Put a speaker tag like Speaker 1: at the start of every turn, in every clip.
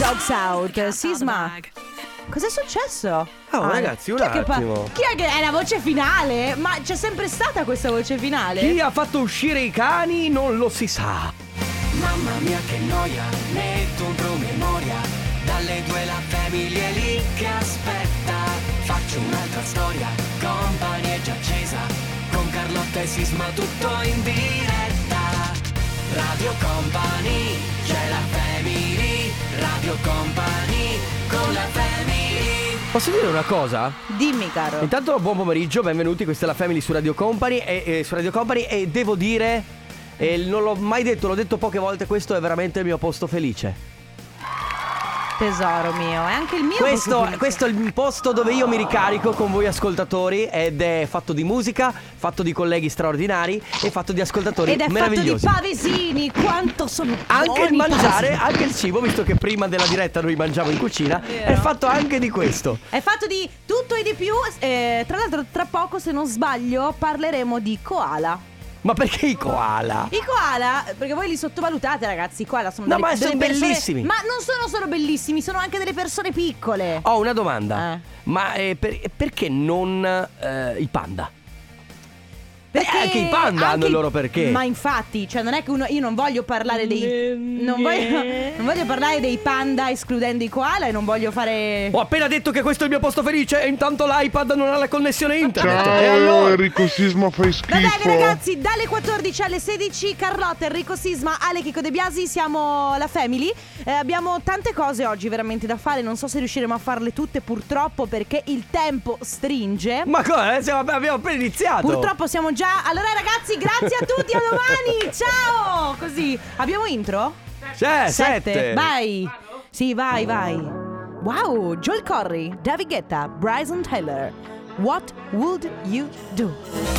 Speaker 1: Dogs Out, Sisma. Cos'è successo?
Speaker 2: Oh,
Speaker 1: Ah,
Speaker 2: ragazzi, un
Speaker 1: chi è che
Speaker 2: attimo.
Speaker 1: chi è che è la voce finale? Ma c'è sempre stata questa voce finale?
Speaker 2: Chi ha fatto uscire i cani non lo si sa.
Speaker 3: Mamma mia che noia, metto un promemoria Dalle due la famiglia è lì che aspetta Faccio un'altra storia, company è già accesa Con Carlotta e Sisma tutto in diretta Radio Company, c'è la family Radio Company, con la family
Speaker 2: Posso dire una cosa?
Speaker 1: Dimmi, caro.
Speaker 2: Intanto buon pomeriggio, benvenuti, questa è la Family su Radio Company e, e su Radio Company e devo dire, e non l'ho mai detto, l'ho detto poche volte, questo è veramente il mio posto felice.
Speaker 1: Tesoro mio, è anche il mio.
Speaker 2: Questo,
Speaker 1: preferito.
Speaker 2: questo è il posto dove io mi ricarico con voi ascoltatori ed è fatto di musica, fatto di colleghi straordinari e fatto di ascoltatori
Speaker 1: Ed è fatto di
Speaker 2: meravigliosi.
Speaker 1: pavesini, quanto sono
Speaker 2: anche il
Speaker 1: buoni i
Speaker 2: mangiare,
Speaker 1: pavesini.
Speaker 2: anche il cibo, visto che prima della diretta noi mangiamo in cucina,
Speaker 1: Vero.
Speaker 2: è fatto anche di questo.
Speaker 1: È fatto di tutto e di più. eh, tra l'altro, tra poco, se non sbaglio, parleremo di koala.
Speaker 2: Ma perché i koala?
Speaker 1: I koala, perché voi li sottovalutate, ragazzi. I koala sono
Speaker 2: No,
Speaker 1: delle,
Speaker 2: ma
Speaker 1: delle
Speaker 2: sono
Speaker 1: persone-
Speaker 2: bellissimi.
Speaker 1: Ma non sono solo bellissimi, sono anche delle persone piccole.
Speaker 2: Ho una domanda.
Speaker 1: Eh.
Speaker 2: Ma eh, per- perché non eh, i panda?
Speaker 1: Perché
Speaker 2: Eh, anche i panda hanno
Speaker 1: anche
Speaker 2: il
Speaker 1: i-
Speaker 2: loro perché.
Speaker 1: Ma infatti, cioè non è che uno, io non voglio parlare dei non voglio, non voglio parlare dei panda escludendo i koala e non voglio fare
Speaker 2: Ho appena detto che questo è il mio posto felice e intanto l'iPad non ha la connessione internet. Eh,
Speaker 4: Ciao
Speaker 2: e allora?
Speaker 4: Enrico Sisma fai
Speaker 1: Va
Speaker 4: schifo.
Speaker 1: bene ragazzi, dalle 14 alle 16 Carlotta, Enrico Sisma, Ale Chico De Biasi, siamo la Family. Eh, abbiamo tante cose oggi veramente da fare, non so se riusciremo a farle tutte purtroppo perché il tempo stringe.
Speaker 2: Ma cosa? eh, siamo- abbiamo appena iniziato.
Speaker 1: Purtroppo siamo già... Allora ragazzi, grazie a tutti, a domani, ciao! Così, abbiamo intro?
Speaker 2: Cioè,
Speaker 1: Sette.
Speaker 2: sette.
Speaker 1: Vai. Sì, vai, vai. Wow, Joel Corry, David Guetta, Bryson Taylor. What would you do?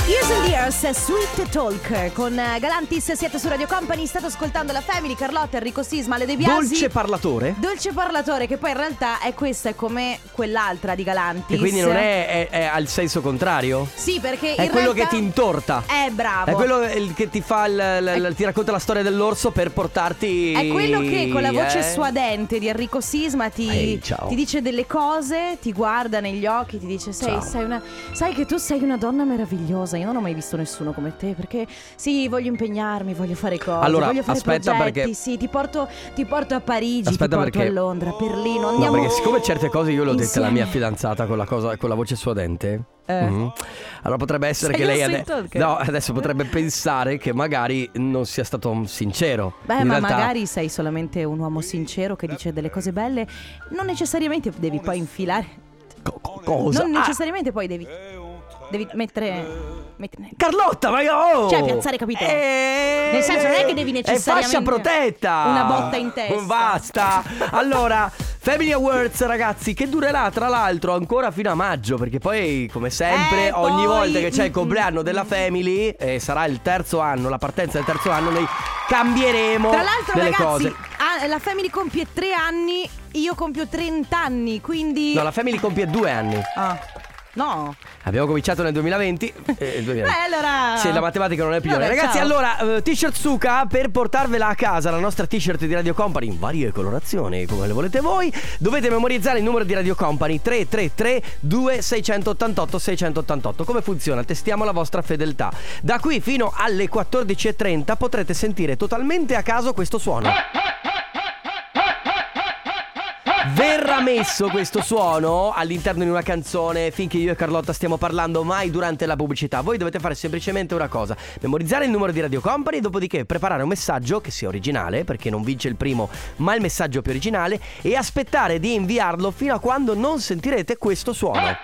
Speaker 1: Years and Years, Sweet Talk con eh, Galantis, siete su Radio Company, state ascoltando la Family, Carlotta, Enrico Sisma, Le De Biasi.
Speaker 2: Dolce parlatore.
Speaker 1: Dolce parlatore, che poi in realtà è questa, è come quell'altra di Galantis.
Speaker 2: E quindi non è, è- è al senso contrario?
Speaker 1: Sì, perché
Speaker 2: È
Speaker 1: in
Speaker 2: quello
Speaker 1: realtà-
Speaker 2: che ti intorta.
Speaker 1: Eh, bravo.
Speaker 2: È quello il- che ti fa il- il- il- ti racconta la storia dell'orso per portarti.
Speaker 1: È quello che con la voce
Speaker 2: eh.
Speaker 1: suadente di Enrico Sisma ti,
Speaker 2: Ehi, ciao.
Speaker 1: ti dice delle cose, ti guarda negli occhi, ti dice: sei,
Speaker 2: Ciao.
Speaker 1: sei una, Sai che tu sei una donna meravigliosa. Io non ho mai visto nessuno come te perché sì, voglio impegnarmi, voglio fare cose.
Speaker 2: Allora,
Speaker 1: voglio fare
Speaker 2: aspetta,
Speaker 1: progetti,
Speaker 2: perché-
Speaker 1: sì, ti porto, ti porto a Parigi, ti
Speaker 2: Aspetta,
Speaker 1: porto
Speaker 2: perché-
Speaker 1: a Londra, a Berlino.
Speaker 2: No,
Speaker 1: Andiamo
Speaker 2: perché siccome certe cose io l'ho dette alla mia
Speaker 1: insieme."
Speaker 2: fidanzata con la, cosa, con la voce suadente.
Speaker 1: Eh.
Speaker 2: mhm, Allora potrebbe essere
Speaker 1: Sei
Speaker 2: che lei
Speaker 1: un
Speaker 2: ade-
Speaker 1: sweet talker.
Speaker 2: no, adesso potrebbe pensare che magari non sia stato sincero.
Speaker 1: Beh,
Speaker 2: In
Speaker 1: ma
Speaker 2: realtà-
Speaker 1: magari sei solamente un uomo sincero che dice delle cose belle. Non necessariamente devi poi infilare.
Speaker 2: Co- co- cosa?
Speaker 1: Non
Speaker 2: Ah,
Speaker 1: necessariamente poi devi. Devi mettere. mettere
Speaker 2: Carlotta, ma io. oh!
Speaker 1: Cioè, piazzare, capito?
Speaker 2: Eh,
Speaker 1: Nel senso, non è che devi
Speaker 2: È fascia
Speaker 1: necessariamente
Speaker 2: protetta.
Speaker 1: una botta in testa.
Speaker 2: Basta. Allora, Family Awards, ragazzi, che durerà tra l'altro ancora fino a maggio. Perché poi, come sempre,
Speaker 1: Eh,
Speaker 2: ogni
Speaker 1: poi-
Speaker 2: volta che c'è il compleanno della Family, eh, sarà il terzo anno, la partenza del terzo anno, noi cambieremo
Speaker 1: Tra l'altro,
Speaker 2: delle
Speaker 1: ragazzi,
Speaker 2: cose.
Speaker 1: ah, la Family compie 3 anni, io compio 30 anni, quindi.
Speaker 2: No, la Family compie due anni.
Speaker 1: Ah, no.
Speaker 2: Abbiamo cominciato nel 2020. eh, 2020.
Speaker 1: Beh, allora.
Speaker 2: Sì, la matematica non è più.
Speaker 1: Ah. Vabbè,
Speaker 2: Ragazzi,
Speaker 1: ciao.
Speaker 2: allora, eh, t-shirt Suka per portarvela a casa, la nostra t-shirt di Radio Company in varie colorazioni, come le volete voi. Dovete memorizzare il numero di Radio Company 333 2688 688. Come funziona? Testiamo la vostra fedeltà. Da qui fino alle 14:30 potrete sentire totalmente a caso questo suono. Verrà messo questo suono all'interno di una canzone finché io e Carlotta stiamo parlando, mai durante la pubblicità. Voi dovete fare semplicemente una cosa: memorizzare il numero di Radio Company, dopodiché preparare un messaggio che sia originale, perché non vince il primo, ma il messaggio più originale, e aspettare di inviarlo fino a quando non sentirete questo suono.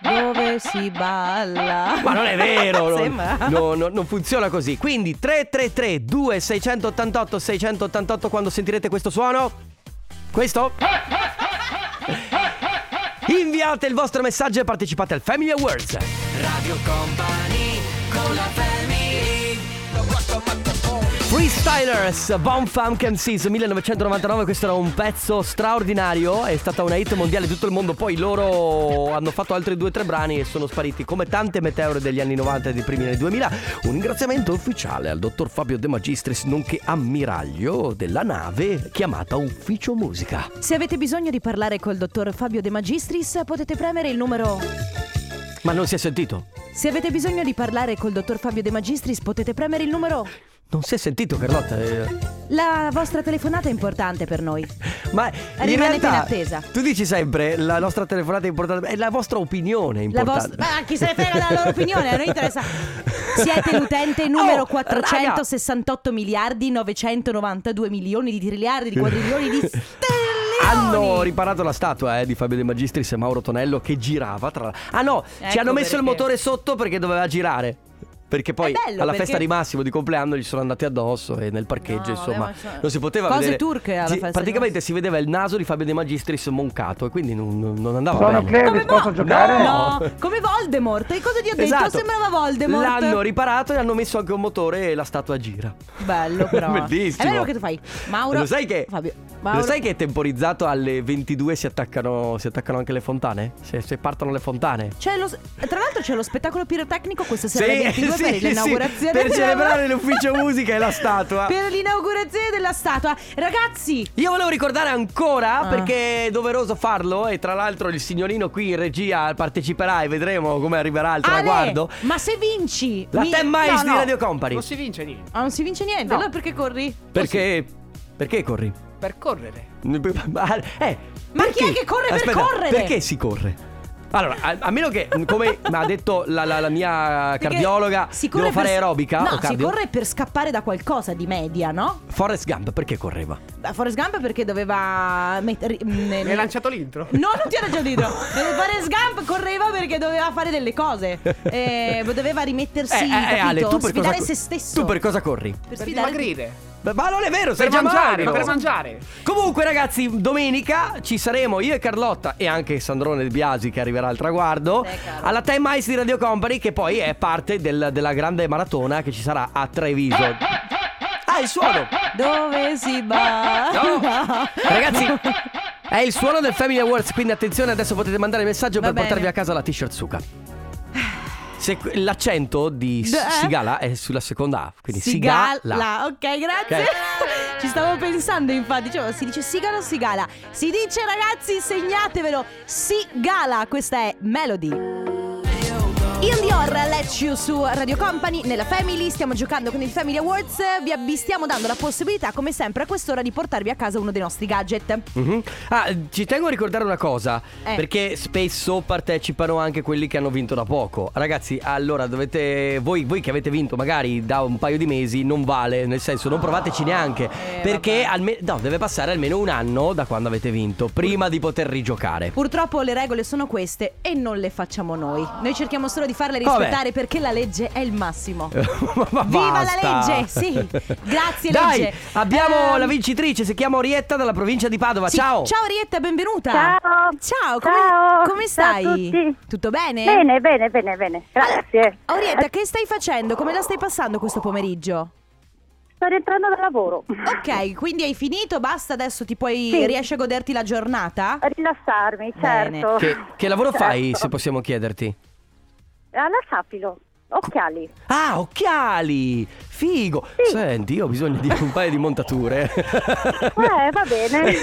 Speaker 1: Dove si balla?
Speaker 2: Ma non è vero, non,
Speaker 1: Sembra.
Speaker 2: no, no, non funziona così. Quindi 333 2688 688 quando sentirete questo suono. Questo? Inviate il vostro messaggio e partecipate al Family Awards.
Speaker 3: Radio Company, con la family
Speaker 2: Freestylers, Bomb Funk MCs 1999, questo era un pezzo straordinario, è stata una hit mondiale di tutto il mondo, poi loro hanno fatto altri due o tre brani e sono spariti come tante meteore degli anni 90 e dei primi anni 2000. Un ringraziamento ufficiale al dottor Fabio De Magistris, nonché ammiraglio della nave chiamata Ufficio Musica.
Speaker 1: Se avete bisogno di parlare col dottor Fabio De Magistris, potete premere il numero.
Speaker 2: Ma non si è sentito?
Speaker 1: Se avete bisogno di parlare col dottor Fabio De Magistris, potete premere il numero.
Speaker 2: Non si è sentito Carlotta? eh.
Speaker 1: La vostra telefonata è importante per noi.
Speaker 2: Ma in
Speaker 1: Rimanete
Speaker 2: realtà,
Speaker 1: in attesa.
Speaker 2: Tu dici sempre la nostra telefonata è importante, è la vostra opinione è
Speaker 1: La
Speaker 2: importante.
Speaker 1: vostra. Ma chi se ne frega della loro opinione? A noi interessa. Siete l'utente numero
Speaker 2: Oh,
Speaker 1: 468 miliardi 992 milioni di triliardi di quadrilioni di stellioni.
Speaker 2: Hanno riparato la statua eh, di Fabio De Magistris e Mauro Tonello che girava tra Ah no, ci
Speaker 1: Ecco
Speaker 2: hanno messo il
Speaker 1: perché.
Speaker 2: motore sotto perché doveva girare. Perché poi
Speaker 1: È bello,
Speaker 2: alla
Speaker 1: perché-
Speaker 2: festa di Massimo di compleanno gli sono andati addosso e nel
Speaker 1: No,
Speaker 2: parcheggio, insomma,
Speaker 1: vabbè, ma so-
Speaker 2: non si poteva
Speaker 1: Cose
Speaker 2: vedere.
Speaker 1: turche alla
Speaker 2: Sì,
Speaker 1: festa di
Speaker 2: Praticamente si vedeva il naso di Fabio De Magistris moncato e quindi non, non- non andava
Speaker 4: Sono
Speaker 2: bene.
Speaker 4: Clevis,
Speaker 1: Come
Speaker 4: posso
Speaker 1: no?
Speaker 4: giocare?
Speaker 1: No, come Voldemort. E cosa ti ho detto?
Speaker 2: Esatto.
Speaker 1: Sembrava Voldemort.
Speaker 2: L'hanno riparato e hanno messo anche un motore e la statua gira.
Speaker 1: Bello però.
Speaker 2: Bellissimo.
Speaker 1: È bello che tu fai. Mauro.
Speaker 2: Lo sai che,
Speaker 1: Fabio. Mauro.
Speaker 2: lo sai che è temporizzato alle 22 si attaccano, si attaccano anche le fontane? Se, se partono le fontane.
Speaker 1: C'è lo- tra l'altro c'è lo spettacolo pirotecnico questa sera
Speaker 2: Sì,
Speaker 1: alle 22
Speaker 2: sì,
Speaker 1: per
Speaker 2: sì,
Speaker 1: l'inaugurazione
Speaker 2: per
Speaker 1: della-
Speaker 2: celebrare l'ufficio musica e la statua.
Speaker 1: per l'inaugurazione della statua ragazzi
Speaker 2: Io volevo ricordare ancora
Speaker 1: Ah.
Speaker 2: perché è doveroso farlo e tra l'altro il signorino qui in regia parteciperà e vedremo come arriverà al
Speaker 1: Ale,
Speaker 2: traguardo.
Speaker 1: ma se vinci
Speaker 2: La
Speaker 1: mi-
Speaker 2: Ten Miles
Speaker 1: no,
Speaker 2: di
Speaker 1: no.
Speaker 2: Radio Company.
Speaker 5: Non si vince niente.
Speaker 1: Ah, non si vince niente
Speaker 5: No.
Speaker 1: allora perché corri
Speaker 2: Perché perché corri?
Speaker 5: Per correre.
Speaker 2: Eh,
Speaker 1: Ma
Speaker 2: perché?
Speaker 1: chi è che corre per
Speaker 2: Aspetta,
Speaker 1: correre?
Speaker 2: Perché si corre? Allora, a, a meno che, come mi ha detto la, la- la mia
Speaker 1: Perché
Speaker 2: cardiologa,
Speaker 1: si corre
Speaker 2: devo fare
Speaker 1: per-
Speaker 2: aerobica
Speaker 1: no
Speaker 2: o
Speaker 1: si
Speaker 2: cardio?
Speaker 1: corre per scappare da qualcosa di media no?
Speaker 2: Forrest Gump perché correva?
Speaker 1: Da Forrest Gump perché doveva mettere ne-
Speaker 5: Mi hai lanciato l'intro?
Speaker 1: No, non ti ho lanciato dietro. Eh, Forrest Gump correva perché doveva fare delle cose. Eh, doveva rimettersi,
Speaker 2: eh, eh,
Speaker 1: capito?
Speaker 2: Ale, tu per
Speaker 1: sfidare
Speaker 2: cosa,
Speaker 1: se stesso.
Speaker 2: Tu per cosa corri?
Speaker 1: Per
Speaker 5: Per
Speaker 1: sfidare
Speaker 5: dimagrire.
Speaker 2: Beh, Ma non è vero, sei
Speaker 5: Per
Speaker 2: già
Speaker 5: mangiare,
Speaker 2: magro.
Speaker 5: per mangiare.
Speaker 2: Comunque ragazzi, domenica ci saremo io e Carlotta e anche Sandrone De Biasi che arriverà al traguardo
Speaker 1: Eh, caro.
Speaker 2: alla Time Ice di Radio Company che poi è parte del- della grande maratona che ci sarà a Treviso. Ah, il suono!
Speaker 1: Dove si va?
Speaker 2: No. Ragazzi, è il suono del Family Awards, quindi attenzione, adesso potete mandare messaggio
Speaker 1: Va
Speaker 2: per
Speaker 1: bene.
Speaker 2: portarvi a casa la t-shirt Suka. Se- l'accento di S-
Speaker 1: Eh?
Speaker 2: Sigala è sulla seconda A, quindi Sigala.
Speaker 1: Sigala. Ok, grazie. Ci stavo pensando, infatti. Dicevo, si dice sigala o sigala? Si dice, ragazzi, segnatevelo. Sigala, questa è Melody. Ian Dior, Let You su Radio Company, nella Family, stiamo giocando con il Family Awards, vi, vi stiamo dando la possibilità come sempre a quest'ora di portarvi a casa uno dei nostri gadget.
Speaker 2: Mhm. Ah, ci tengo a ricordare una cosa,
Speaker 1: Eh.
Speaker 2: perché spesso partecipano anche quelli che hanno vinto da poco. Ragazzi, allora dovete voi, voi che avete vinto magari da un paio di mesi non vale, nel senso non provateci neanche,
Speaker 1: Eh,
Speaker 2: perché alme- no, deve passare almeno un anno da quando avete vinto prima di poter rigiocare.
Speaker 1: Purtroppo le regole sono queste e non le facciamo noi. Noi cerchiamo solo di farle
Speaker 2: Vabbè.
Speaker 1: rispettare perché la legge è il massimo.
Speaker 2: Eh, Ma- ma
Speaker 1: Viva
Speaker 2: basta.
Speaker 1: la legge! Sì, grazie
Speaker 2: Dai,
Speaker 1: legge.
Speaker 2: abbiamo
Speaker 1: Ehm,
Speaker 2: la vincitrice, si chiama Orietta dalla provincia di Padova.
Speaker 1: sì,
Speaker 2: ciao!
Speaker 1: Ciao Rietta, benvenuta.
Speaker 6: Ciao.
Speaker 1: Ciao, come,
Speaker 6: Ciao. Ciao a
Speaker 1: come stai?
Speaker 6: tutti.
Speaker 1: Tutto bene? Oh.
Speaker 6: Bene, bene, bene, bene. Grazie.
Speaker 1: Orietta, che stai facendo? Come la stai passando questo pomeriggio?
Speaker 6: Sto rientrando da lavoro.
Speaker 1: Ok, quindi hai finito, basta, adesso ti puoi
Speaker 6: Sì.
Speaker 1: riesci a goderti la giornata?
Speaker 6: A rilassarmi,
Speaker 1: Bene.
Speaker 6: certo.
Speaker 2: Che, che lavoro fai,
Speaker 6: Certo.
Speaker 2: se possiamo chiederti?
Speaker 6: Alla Sapilo, occhiali.
Speaker 2: Ah, occhiali! Figo!
Speaker 6: Sì.
Speaker 2: Senti, io ho bisogno di un paio di montature.
Speaker 6: Eh, va bene.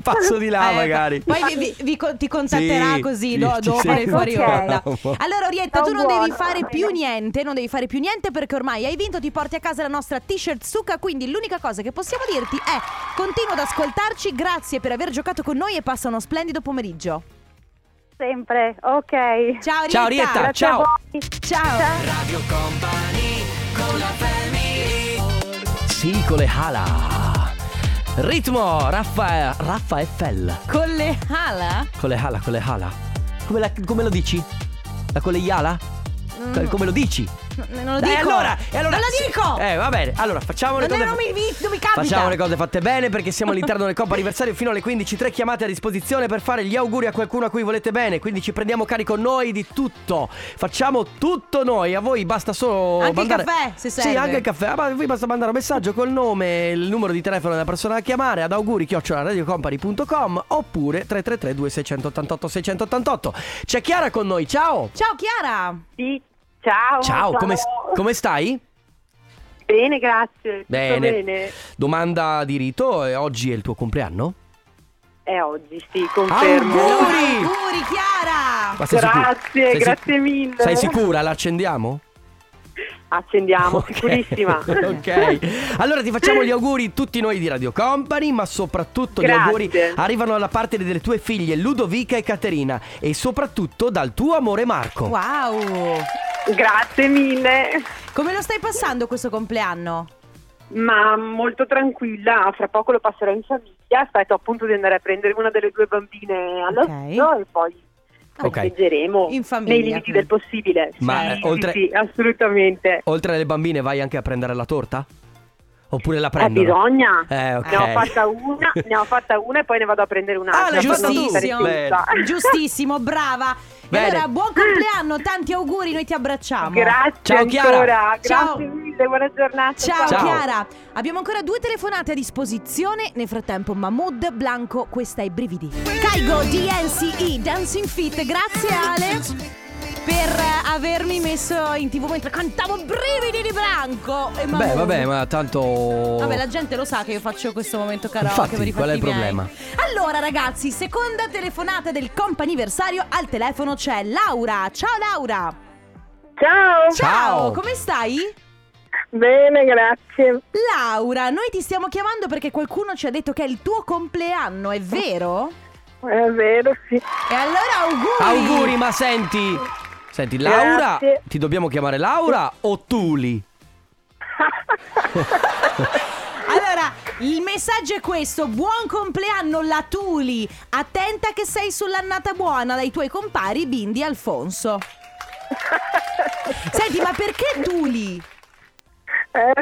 Speaker 2: Passo di là,
Speaker 1: Eh,
Speaker 2: magari.
Speaker 1: Poi vi, vi- vi con- ti contatterà
Speaker 2: Sì,
Speaker 1: così
Speaker 2: sì,
Speaker 1: do-
Speaker 2: ci
Speaker 1: dopo
Speaker 2: sentiamo.
Speaker 1: il fuori onda. Allora, Orietta, tu non
Speaker 6: Buono,
Speaker 1: devi fare
Speaker 6: bene.
Speaker 1: più niente, non devi fare più niente perché ormai hai vinto, ti porti a casa la nostra t-shirt Suka, quindi l'unica cosa che possiamo dirti è continua ad ascoltarci, grazie per aver giocato con noi e passa uno splendido pomeriggio.
Speaker 6: Sempre, ok.
Speaker 1: Ciao Orietta.
Speaker 2: Ciao, Orietta.
Speaker 6: Grazie a
Speaker 2: ciao.
Speaker 6: voi.
Speaker 1: Ciao.
Speaker 6: Ciao.
Speaker 2: Sì, con le ala. Ritmo, Raffa, Raffa FL.
Speaker 1: Con le ala?
Speaker 2: Con le ala, con le ala. Come, la- come lo dici? La con le iala? Co- Come lo dici?
Speaker 1: Mm, non lo dico.
Speaker 2: E allora, e allora-
Speaker 1: Non lo dico.
Speaker 2: Eh, va bene. Allora, facciamo le
Speaker 1: Non
Speaker 2: cose.
Speaker 1: è- non mi- mi- non mi capita.
Speaker 2: Facciamo le cose fatte bene perché siamo all'interno del Coppa Anniversario fino alle 15. Tre chiamate a disposizione per fare gli auguri a qualcuno a cui volete bene. Quindi ci prendiamo carico noi di tutto. Facciamo tutto noi. A voi basta solo.
Speaker 1: Anche il
Speaker 2: mandare...
Speaker 1: caffè, se
Speaker 2: Sì,
Speaker 1: serve.
Speaker 2: anche il caffè. Ah, Ma a voi basta mandare un messaggio col nome, il numero di telefono della persona da chiamare ad auguri radiocompany.com oppure 333 2688 688. C'è Chiara con noi. Ciao.
Speaker 1: Ciao Chiara.
Speaker 4: Sì, ciao.
Speaker 2: Ciao, come, come stai?
Speaker 4: Bene, grazie. tutto
Speaker 2: Bene.
Speaker 4: bene.
Speaker 2: Domanda di rito, eh, oggi è il tuo compleanno?
Speaker 6: Eh,
Speaker 4: È oggi, sì, confermo.
Speaker 2: Auguri!
Speaker 1: Auguri Chiara.
Speaker 2: Ma sei sicura?
Speaker 4: Grazie,
Speaker 2: Sei sic-
Speaker 4: grazie mille.
Speaker 2: Sei sicura? L'accendiamo?
Speaker 4: Accendiamo,
Speaker 2: Ok.
Speaker 4: sicurissima.
Speaker 2: ok. Allora ti facciamo gli auguri tutti noi di Radio Company, ma soprattutto gli
Speaker 4: Grazie.
Speaker 2: auguri arrivano alla parte delle tue figlie Ludovica e Caterina e soprattutto dal tuo amore Marco.
Speaker 1: Wow.
Speaker 4: Grazie mille.
Speaker 1: Come lo stai passando questo compleanno?
Speaker 4: Ma molto tranquilla, fra poco lo passerò in famiglia. Aspetto appunto di andare a prendere una delle due bambine all'asilo e poi
Speaker 2: Ok.
Speaker 4: leggeremo
Speaker 1: In famiglia,
Speaker 4: nei limiti
Speaker 1: quindi.
Speaker 4: del possibile.
Speaker 2: Ma,
Speaker 4: sì,
Speaker 2: eh, oltre-
Speaker 4: sì, sì, assolutamente. Eh,
Speaker 2: Oltre alle bambine vai anche a prendere la torta? Oppure la
Speaker 4: Eh,
Speaker 2: prendono?
Speaker 4: bisogna.
Speaker 2: Eh, ok.
Speaker 4: Ne ho fatta una, ne ho fatta una e poi ne vado a prendere un'altra.
Speaker 2: Ah, l'hai
Speaker 4: per non
Speaker 1: fatta
Speaker 4: stare
Speaker 1: tu?
Speaker 4: senza.
Speaker 1: Giustissimo, brava. E
Speaker 2: Bene.
Speaker 1: allora buon compleanno, tanti auguri, noi ti abbracciamo.
Speaker 4: Grazie
Speaker 2: Ciao, Chiara.
Speaker 4: ancora, grazie
Speaker 1: Ciao.
Speaker 4: mille, buona giornata.
Speaker 1: Ciao,
Speaker 2: Ciao.
Speaker 1: Chiara, abbiamo ancora due telefonate a disposizione. Nel frattempo, Mahmood Blanco, questa è Brividi. Caigo DNCE Dancing Fit, grazie Ale per eh, avermi messo in tv mentre cantavo Brividi di Blanco. E
Speaker 2: Beh,
Speaker 1: Mahmood-
Speaker 2: vabbè, ma tanto
Speaker 1: Vabbè, la gente lo sa che io faccio questo momento karaoke
Speaker 2: Infatti,
Speaker 1: per i
Speaker 2: qual è il
Speaker 1: fatti miei.
Speaker 2: problema?
Speaker 1: Allora, ragazzi, seconda telefonata del comp'anniversario. Al telefono c'è Laura. Ciao Laura.
Speaker 4: Ciao.
Speaker 2: Ciao.
Speaker 1: come stai?
Speaker 4: Bene, grazie.
Speaker 1: Laura, noi ti stiamo chiamando perché qualcuno ci ha detto che è il tuo compleanno, è vero?
Speaker 4: È vero, sì.
Speaker 1: E allora auguri!
Speaker 2: Auguri, ma senti. Senti, Laura,
Speaker 4: Grazie.
Speaker 2: ti dobbiamo chiamare Laura o Tuli?
Speaker 1: Allora, il messaggio è questo: buon compleanno Latuli! Attenta che sei sull'annata buona dai tuoi compari Bindi e Alfonso. Senti, ma perché Tuli?
Speaker 4: È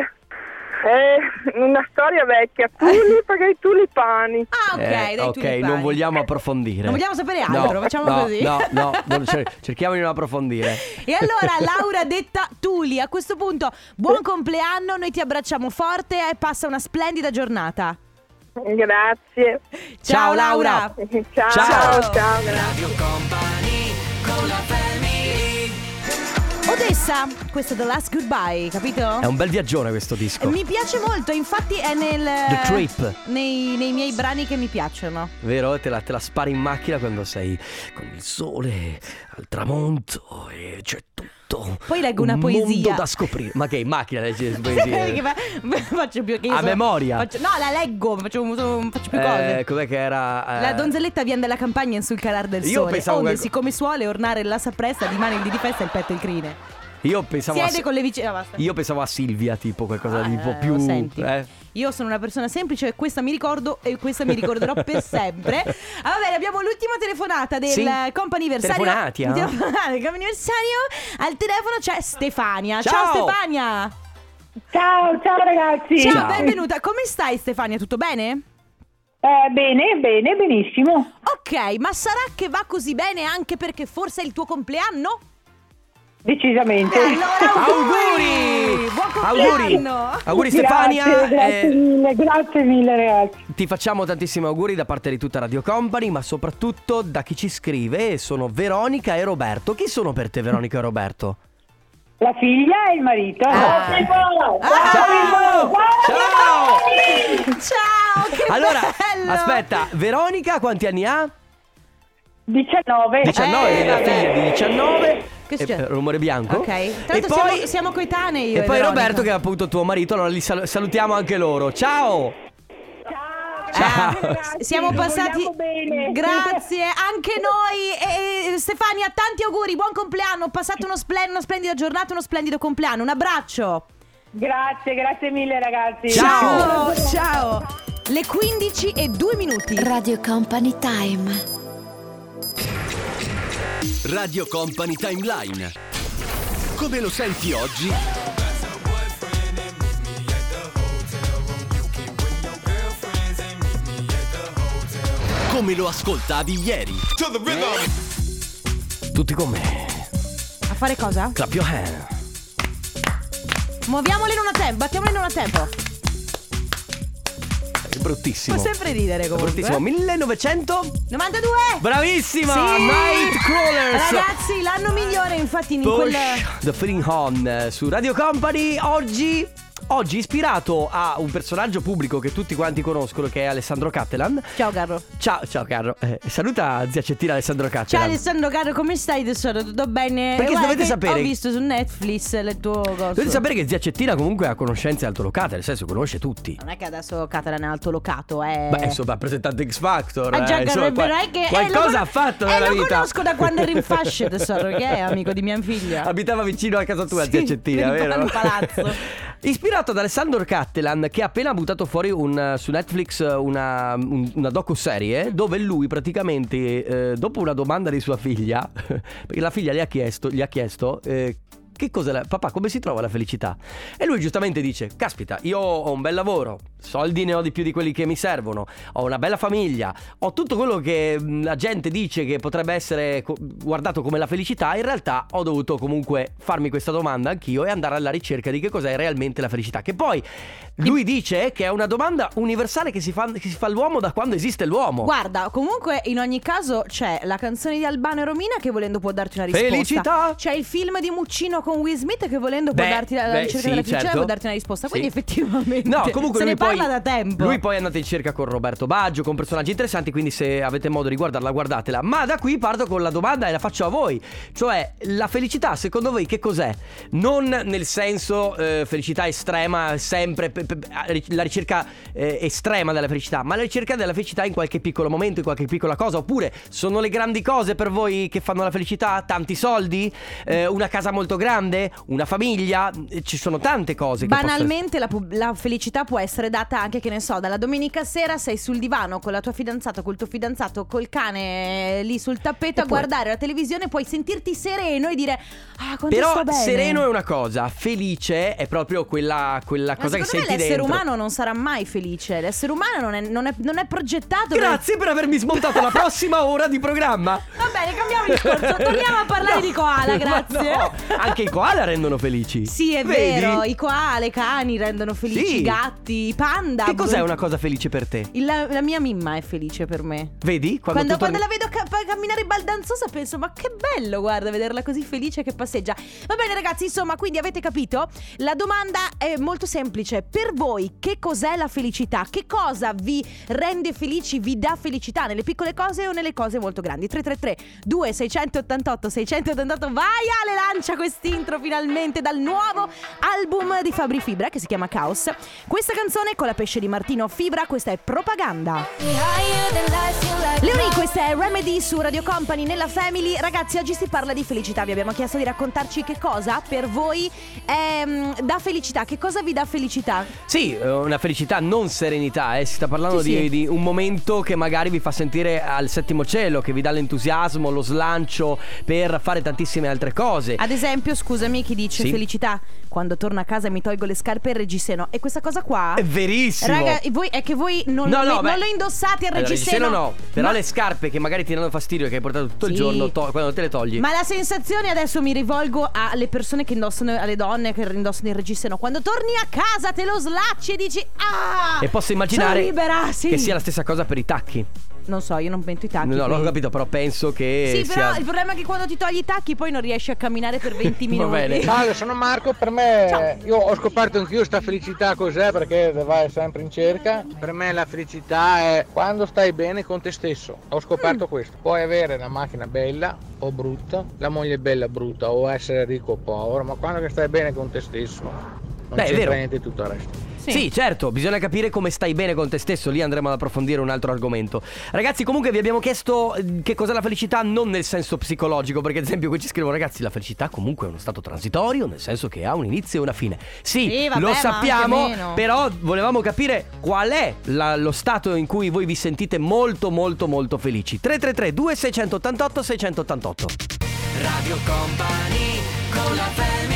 Speaker 4: Eh, una storia vecchia, tulipa i tulipani.
Speaker 1: Ah, ok,
Speaker 2: Eh,
Speaker 1: dai
Speaker 2: ok,
Speaker 1: tulipani.
Speaker 2: non vogliamo approfondire.
Speaker 1: Non vogliamo sapere altro,
Speaker 2: No,
Speaker 1: facciamo
Speaker 2: no,
Speaker 1: così.
Speaker 2: No, no, non cer- cerchiamo di non approfondire.
Speaker 1: E allora Laura detta Tuli, a questo punto buon compleanno, noi ti abbracciamo forte e passa una splendida giornata.
Speaker 4: Grazie.
Speaker 1: Ciao,
Speaker 2: Ciao, Laura.
Speaker 1: Laura.
Speaker 4: Ciao,
Speaker 1: Ciao.
Speaker 4: ciao, grazie.
Speaker 1: Odessa, questo è The Last Goodbye, capito?
Speaker 2: È un bel viaggione questo disco.
Speaker 1: Mi piace molto, infatti è nel...
Speaker 2: The Trip.
Speaker 1: Nei, nei miei brani che mi piacciono.
Speaker 2: Vero? Te la, te la spari in macchina quando sei con il sole al tramonto e c'è tutto.
Speaker 1: Poi leggo una
Speaker 2: un mondo
Speaker 1: poesia.
Speaker 2: da scoprire. Ma che in macchina leggi le
Speaker 1: Che
Speaker 2: poesie?
Speaker 1: fa- faccio più che io
Speaker 2: A
Speaker 1: sono-
Speaker 2: memoria.
Speaker 1: faccio- no, la leggo, faccio, sono- faccio più
Speaker 2: Eh,
Speaker 1: cose.
Speaker 2: com'è che era? eh,
Speaker 1: La donzelletta viene dalla campagna in sul calar del
Speaker 2: Io
Speaker 1: sole.
Speaker 2: pensavo
Speaker 1: onde,
Speaker 2: qualco-
Speaker 1: siccome suole ornare la sapresta, di mano il dì di festa e il petto il crine.
Speaker 2: Io pensavo a...
Speaker 1: Siede con le vicine. ah, basta.
Speaker 2: Io pensavo a Silvia, tipo qualcosa di un
Speaker 1: Ah,
Speaker 2: po'
Speaker 1: lo
Speaker 2: più.
Speaker 1: senti.
Speaker 2: eh.
Speaker 1: Io sono una persona semplice e questa mi ricordo e questa mi ricorderò per sempre. Ah, va bene, abbiamo l'ultima telefonata del
Speaker 2: Sì.
Speaker 1: eh, comp'anniversario.
Speaker 2: Telefonati, eh?
Speaker 1: Telefonata del comp'anniversario. Al telefono c'è Stefania. Ciao,
Speaker 2: Ciao.
Speaker 1: Stefania.
Speaker 7: Ciao, ciao ragazzi.
Speaker 1: Ciao,
Speaker 2: Ciao.
Speaker 1: benvenuta. Come stai Stefania? Tutto bene?
Speaker 7: Eh, bene, bene, benissimo.
Speaker 1: Ok, ma sarà che va così bene anche perché forse è il tuo compleanno?
Speaker 7: Decisamente.
Speaker 1: E allora auguri!
Speaker 2: Eh. Auguri!
Speaker 1: Buon
Speaker 2: Auguri!
Speaker 1: compleanno!
Speaker 2: Auguri
Speaker 7: Grazie,
Speaker 2: Stefania!
Speaker 7: grazie
Speaker 2: eh,
Speaker 7: mille, grazie mille ragazzi.
Speaker 2: Ti facciamo tantissimi auguri da parte di tutta Radio Company, ma soprattutto da chi ci scrive, sono Veronica e Roberto. Chi sono per te Veronica e Roberto?
Speaker 7: La figlia e il marito.
Speaker 1: Ah.
Speaker 7: Ciao, Filippo!
Speaker 1: Ah.
Speaker 2: Ciao! Ciao!
Speaker 1: Ciao, che
Speaker 2: Allora,
Speaker 1: bello!
Speaker 2: aspetta, Veronica quanti anni ha?
Speaker 7: 19.
Speaker 2: 19,
Speaker 1: Eh,
Speaker 2: è la
Speaker 1: vabbè.
Speaker 2: figlia di 19.
Speaker 1: Che
Speaker 2: Eh,
Speaker 1: succede?
Speaker 2: rumore bianco.
Speaker 1: Ok, tra
Speaker 2: e
Speaker 1: l'altro
Speaker 2: poi,
Speaker 1: siamo, siamo coetanei io
Speaker 2: e poi
Speaker 1: Veronica.
Speaker 2: Roberto che è appunto tuo marito, allora li sal- salutiamo anche loro. Ciao! Ciao.
Speaker 1: Ah, siamo
Speaker 7: Vi
Speaker 1: passati
Speaker 7: vogliamo bene.
Speaker 1: Grazie anche noi e, e, Stefania tanti auguri buon compleanno passate uno splen- una splendida giornata uno splendido compleanno un abbraccio
Speaker 7: Grazie, grazie mille ragazzi.
Speaker 2: Ciao.
Speaker 1: ciao, ciao. le 15 e 2 minuti
Speaker 8: Radio Company Time.
Speaker 3: Radio Company Timeline
Speaker 9: Come lo senti oggi? Come lo ascoltavi ieri?
Speaker 2: Tutti con me.
Speaker 1: A fare cosa?
Speaker 2: Clap your hand.
Speaker 1: Muoviamole in una tempo, battiamole in una tempo.
Speaker 2: È bruttissimo.
Speaker 1: Fa sempre ridere
Speaker 2: È
Speaker 1: comunque.
Speaker 2: bruttissimo. 1900.
Speaker 1: 92!
Speaker 2: Bravissima!
Speaker 1: eh. Sì!
Speaker 2: Nightcrawlers!
Speaker 1: Ragazzi, l'anno migliore infatti in
Speaker 2: Push
Speaker 1: quel...
Speaker 2: The Feeling On eh, su Radio Company oggi. Oggi ispirato a un personaggio pubblico che tutti quanti conoscono che è Alessandro Cattelan.
Speaker 1: Ciao Carlo.
Speaker 2: Ciao, ciao Carlo. Eh, saluta zia Cettina Alessandro
Speaker 1: Ciao
Speaker 2: Cattelan.
Speaker 1: Cioè, Alessandro caro, come stai tesoro? Tutto bene?
Speaker 2: Perché
Speaker 1: Guarda
Speaker 2: dovete
Speaker 1: che
Speaker 2: sapere-
Speaker 1: Ho visto su Netflix le tue cose.
Speaker 2: Dovete sapere che zia Cettina comunque ha conoscenze altolocate, nel senso conosce tutti.
Speaker 1: Non è che adesso Catalan è altolocato, eh.
Speaker 2: Beh, insomma, ha presentato X Factor.
Speaker 1: Ah, già,
Speaker 2: eh, insomma,
Speaker 1: Carlo,
Speaker 2: qua-
Speaker 1: vedrai che eh,
Speaker 2: qualcosa
Speaker 1: lo con-
Speaker 2: ha fatto
Speaker 1: eh,
Speaker 2: nella
Speaker 1: lo
Speaker 2: vita.
Speaker 1: conosco da quando ero in fasce, tesoro, che è amico di mia figlia.
Speaker 2: Abitava vicino a casa tua,
Speaker 1: Sì,
Speaker 2: zia Cettina,
Speaker 1: in
Speaker 2: vero?
Speaker 1: un palazzo.
Speaker 2: Ispirato ad Alessandro Cattelan, che ha appena buttato fuori un, eh, su Netflix una, un- una docu-serie dove lui praticamente, eh, dopo una domanda di sua figlia, perché la figlia gli ha chiesto, gli ha chiesto eh, che cosa la- papà, come si trova la felicità? E lui giustamente dice: Caspita, io ho un bel lavoro, soldi ne ho di più di quelli che mi servono, ho una bella famiglia, ho tutto quello che mh, la gente dice che potrebbe essere co- guardato come la felicità. In realtà ho dovuto comunque farmi questa domanda anch'io e andare alla ricerca di che cos'è realmente la felicità. Che poi lui dice che è una domanda universale che si fa, che si fa l'uomo da quando esiste l'uomo.
Speaker 1: Guarda, comunque in ogni caso c'è la canzone di Albano e Romina che volendo può darti una risposta.
Speaker 2: Felicità!
Speaker 1: C'è il film di Muccino con Will Smith che volendo può
Speaker 2: Beh,
Speaker 1: darti la, la
Speaker 2: beh,
Speaker 1: ricerca
Speaker 2: sì,
Speaker 1: della felicità e
Speaker 2: certo.
Speaker 1: può darti una risposta. Quindi
Speaker 2: Sì.
Speaker 1: effettivamente
Speaker 2: No, comunque
Speaker 1: se
Speaker 2: lui
Speaker 1: ne
Speaker 2: poi,
Speaker 1: parla da tempo.
Speaker 2: Lui poi è andato in cerca con Roberto Baggio, con personaggi interessanti, quindi se avete modo di guardarla, guardatela. Ma da qui parto con la domanda e la faccio a voi. Cioè, la felicità secondo voi che cos'è? Non nel senso eh, felicità estrema, sempre pe- pe- la ricerca eh, estrema della felicità, ma la ricerca della felicità in qualche piccolo momento, in qualche piccola cosa. Oppure sono le grandi cose per voi che fanno la felicità? Tanti soldi? Eh, una casa molto grande? Una famiglia? Ci sono tante cose Cioè, che possono essere-
Speaker 1: Banalmente la, pub- la felicità può essere data anche, che ne so, dalla domenica sera sei sul divano con la tua fidanzata, col tuo fidanzato, col cane eh, lì sul tappeto
Speaker 2: E
Speaker 1: a
Speaker 2: poi-
Speaker 1: guardare la televisione, puoi sentirti sereno e dire ah quanto
Speaker 2: Però
Speaker 1: sto bene.
Speaker 2: sereno è una cosa, felice è proprio quella, quella
Speaker 1: Ma
Speaker 2: cosa che
Speaker 1: secondo
Speaker 2: senti
Speaker 1: me l'essere
Speaker 2: dentro.
Speaker 1: umano non sarà mai felice. L'essere umano non è, non è- non è progettato. per-
Speaker 2: Grazie per avermi smontato la prossima ora di programma.
Speaker 1: Va bene, cambiamo discorso. Torniamo a parlare
Speaker 2: No,
Speaker 1: di koala,
Speaker 2: ma
Speaker 1: grazie.
Speaker 2: no, anche i koala rendono felici.
Speaker 1: Sì, è
Speaker 2: Vedi?
Speaker 1: vero. I koala, i cani rendono felici,
Speaker 2: Sì.
Speaker 1: i gatti, i panda. boh.
Speaker 2: Che cos'è una cosa felice per te?
Speaker 1: Il- La, la mia mimma è felice per me.
Speaker 2: Vedi?
Speaker 1: Quando,
Speaker 2: Quando, tu
Speaker 1: quando
Speaker 2: torni-
Speaker 1: la vedo ca- camminare baldanzosa penso ma che bello guarda vederla così felice che passeggia Va bene ragazzi insomma quindi avete capito La domanda è molto semplice Per voi che cos'è la felicità? Che cosa vi rende felici? Vi dà felicità nelle piccole cose o nelle cose molto grandi? 333 2688 688 Vai Ale lancia quest'intro finalmente dal nuovo album di Fabri Fibra che si chiama Caos Questa canzone è con la pesce di Martino Fibra questa è Propaganda Leoni, questa è Remedy su Radio Company nella Family. Ragazzi, oggi si parla di felicità. Vi abbiamo chiesto di raccontarci che cosa per voi ehm, dà felicità. Che cosa vi dà felicità?
Speaker 2: Sì, eh, una felicità, non serenità. eh. Si sta parlando
Speaker 1: Sì,
Speaker 2: di,
Speaker 1: sì.
Speaker 2: di un momento che magari vi fa sentire al settimo cielo, che vi dà l'entusiasmo, lo slancio per fare tantissime altre cose.
Speaker 1: Ad esempio, scusami, chi dice
Speaker 2: Sì.
Speaker 1: felicità quando torno a casa mi tolgo le scarpe e il reggiseno. E questa cosa qua.
Speaker 2: È verissimo.
Speaker 1: Raga, e voi- è che voi non,
Speaker 2: No, no,
Speaker 1: non
Speaker 2: beh-
Speaker 1: lo indossate il
Speaker 2: Allora,
Speaker 1: reggiseno.
Speaker 2: no, però
Speaker 1: Ma-
Speaker 2: le scarpe che magari ti danno fastidio e che hai portato tutto il
Speaker 1: Sì.
Speaker 2: giorno, to- quando te le togli.
Speaker 1: Ma la sensazione adesso mi rivolgo alle persone che indossano, alle donne che indossano il reggiseno. Quando torni a casa te lo slacci e dici ah!
Speaker 2: E posso immaginare
Speaker 1: Sono libera, sì.
Speaker 2: che sia la stessa cosa per i tacchi.
Speaker 1: Non so, io non metto i tacchi.
Speaker 2: no, non ho
Speaker 1: quindi-
Speaker 2: capito, però penso che
Speaker 1: Sì, però
Speaker 2: sia-
Speaker 1: il problema è che quando ti togli i tacchi poi non riesci a camminare per 20 minuti.
Speaker 2: bene.
Speaker 10: Salve, Ah, sono Marco, per me io ho scoperto anch'io sta felicità cos'è perché vai sempre in cerca. Per me la felicità è quando stai bene con te stesso. Ho
Speaker 2: Mm.
Speaker 10: scoperto questo. Puoi avere una macchina bella o brutta, la moglie bella o brutta o essere ricco o povero, ma quando che stai bene con te stesso non
Speaker 2: Beh, è
Speaker 10: c'entra
Speaker 2: vero.
Speaker 10: niente tutto il resto.
Speaker 2: Sì. certo, bisogna capire come stai bene con te stesso, lì andremo ad approfondire un altro argomento. Ragazzi, comunque vi abbiamo chiesto eh, che cos'è la felicità non nel senso psicologico, perché ad esempio qui ci scrivono ragazzi, la felicità comunque è uno stato transitorio, nel senso che ha un inizio e una fine. Sì,
Speaker 1: Sì, vabbè,
Speaker 2: lo
Speaker 1: ma
Speaker 2: sappiamo,
Speaker 1: anche meno.
Speaker 2: però volevamo capire qual è la- lo stato in cui voi vi sentite molto molto molto felici. 333 2688 688.
Speaker 3: Radio Company con la family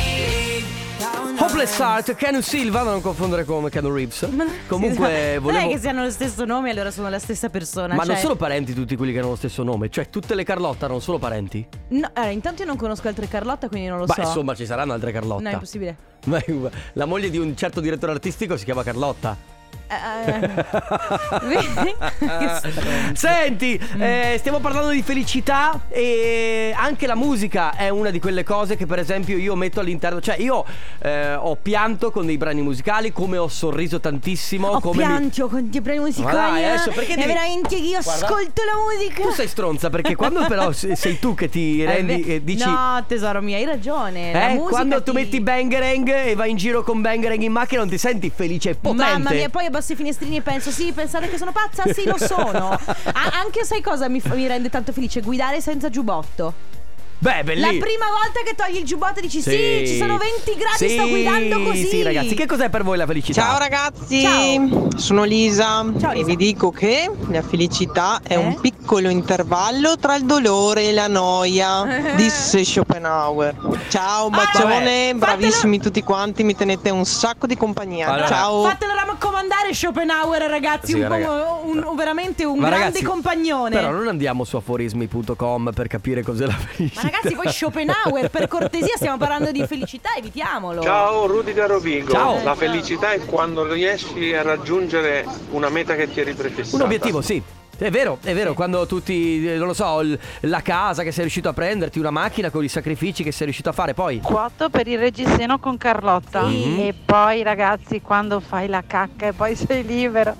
Speaker 2: Jules Sart, Canu Silva, da non confondere con Keanu Reeves. Comunque,
Speaker 1: Non è
Speaker 2: volevo.
Speaker 1: che si hanno lo stesso nome, allora sono la stessa persona.
Speaker 2: Ma
Speaker 1: cioè-
Speaker 2: non sono parenti tutti quelli che hanno lo stesso nome, cioè tutte le Carlotta non sono parenti.
Speaker 1: No, allora, intanto io non conosco altre Carlotta, quindi non lo
Speaker 2: Ma
Speaker 1: so.
Speaker 2: insomma ci saranno altre Carlotta.
Speaker 1: No, è impossibile.
Speaker 2: Ma la moglie di un certo direttore artistico si chiama Carlotta.
Speaker 1: Eh, eh, Vedi? Mm.
Speaker 2: Senti, eh, stiamo parlando di felicità e anche la musica è una di quelle cose che per esempio io metto all'interno, cioè io eh, ho pianto con dei brani musicali, come ho sorriso tantissimo,
Speaker 1: Ho
Speaker 2: come mi-
Speaker 1: pianto con i brani musicali.
Speaker 2: Ma dai, adesso perché
Speaker 1: e
Speaker 2: devi-
Speaker 1: veramente che io
Speaker 2: Guarda.
Speaker 1: ascolto la musica.
Speaker 2: Tu sei stronza perché quando però se- sei tu che ti
Speaker 1: Eh,
Speaker 2: rendi
Speaker 1: beh,
Speaker 2: e dici
Speaker 1: No, tesoro mio, hai ragione. la
Speaker 2: Eh,
Speaker 1: musica
Speaker 2: quando tu
Speaker 1: ti-
Speaker 2: metti Bangerang e vai in giro con Bangerang in macchina non ti senti felice e potente.
Speaker 1: Mamma mia, poi abbasso i finestrini e penso, sì, pensate che sono pazza? Sì, lo sono. A- anche sai cosa mi, fa- mi rende tanto felice? Guidare senza giubbotto.
Speaker 2: Beh,
Speaker 1: La
Speaker 2: bellissimo.
Speaker 1: prima volta che togli il giubbotto e dici, sì, ci sono 20 gradi, sto
Speaker 2: Sì,
Speaker 1: guidando così.
Speaker 2: Sì, ragazzi, che cos'è per voi la felicità?
Speaker 11: Ciao ragazzi, sono Lisa e vi dico che la felicità è
Speaker 12: Eh?
Speaker 11: un piccolo intervallo tra il dolore e la noia, disse Schopenhauer. Ciao,
Speaker 12: Ah,
Speaker 11: bacione, bravissimi tutti quanti, mi tenete un sacco di compagnia.
Speaker 2: Allora,
Speaker 11: Ciao.
Speaker 1: Fatelo raccomandare Schopenhauer, ragazzi,
Speaker 2: oh. Sì,
Speaker 1: un, po'
Speaker 2: raga-
Speaker 1: un- un- veramente un
Speaker 2: Ma
Speaker 1: grande
Speaker 2: ragazzi,
Speaker 1: compagnone.
Speaker 2: Però non andiamo su aforismi.com per capire cos'è la felicità.
Speaker 1: Ma ragazzi, poi Schopenhauer, per cortesia, stiamo parlando di felicità, Eh. evitiamolo.
Speaker 13: Ciao Rudy da Rovigo.
Speaker 2: Ciao.
Speaker 13: La felicità è quando riesci a raggiungere una meta che ti eri prefissata.
Speaker 2: Un obiettivo, sì. È vero, è vero, quando tutti, eh, non lo so, il- la casa che sei riuscito a prenderti, una macchina con i sacrifici che sei riuscito a fare, poi...
Speaker 12: 4 per il reggiseno con Carlotta.
Speaker 2: Sì.
Speaker 12: E
Speaker 11: Mm-hmm.
Speaker 12: poi ragazzi, quando fai la cacca e poi sei libero.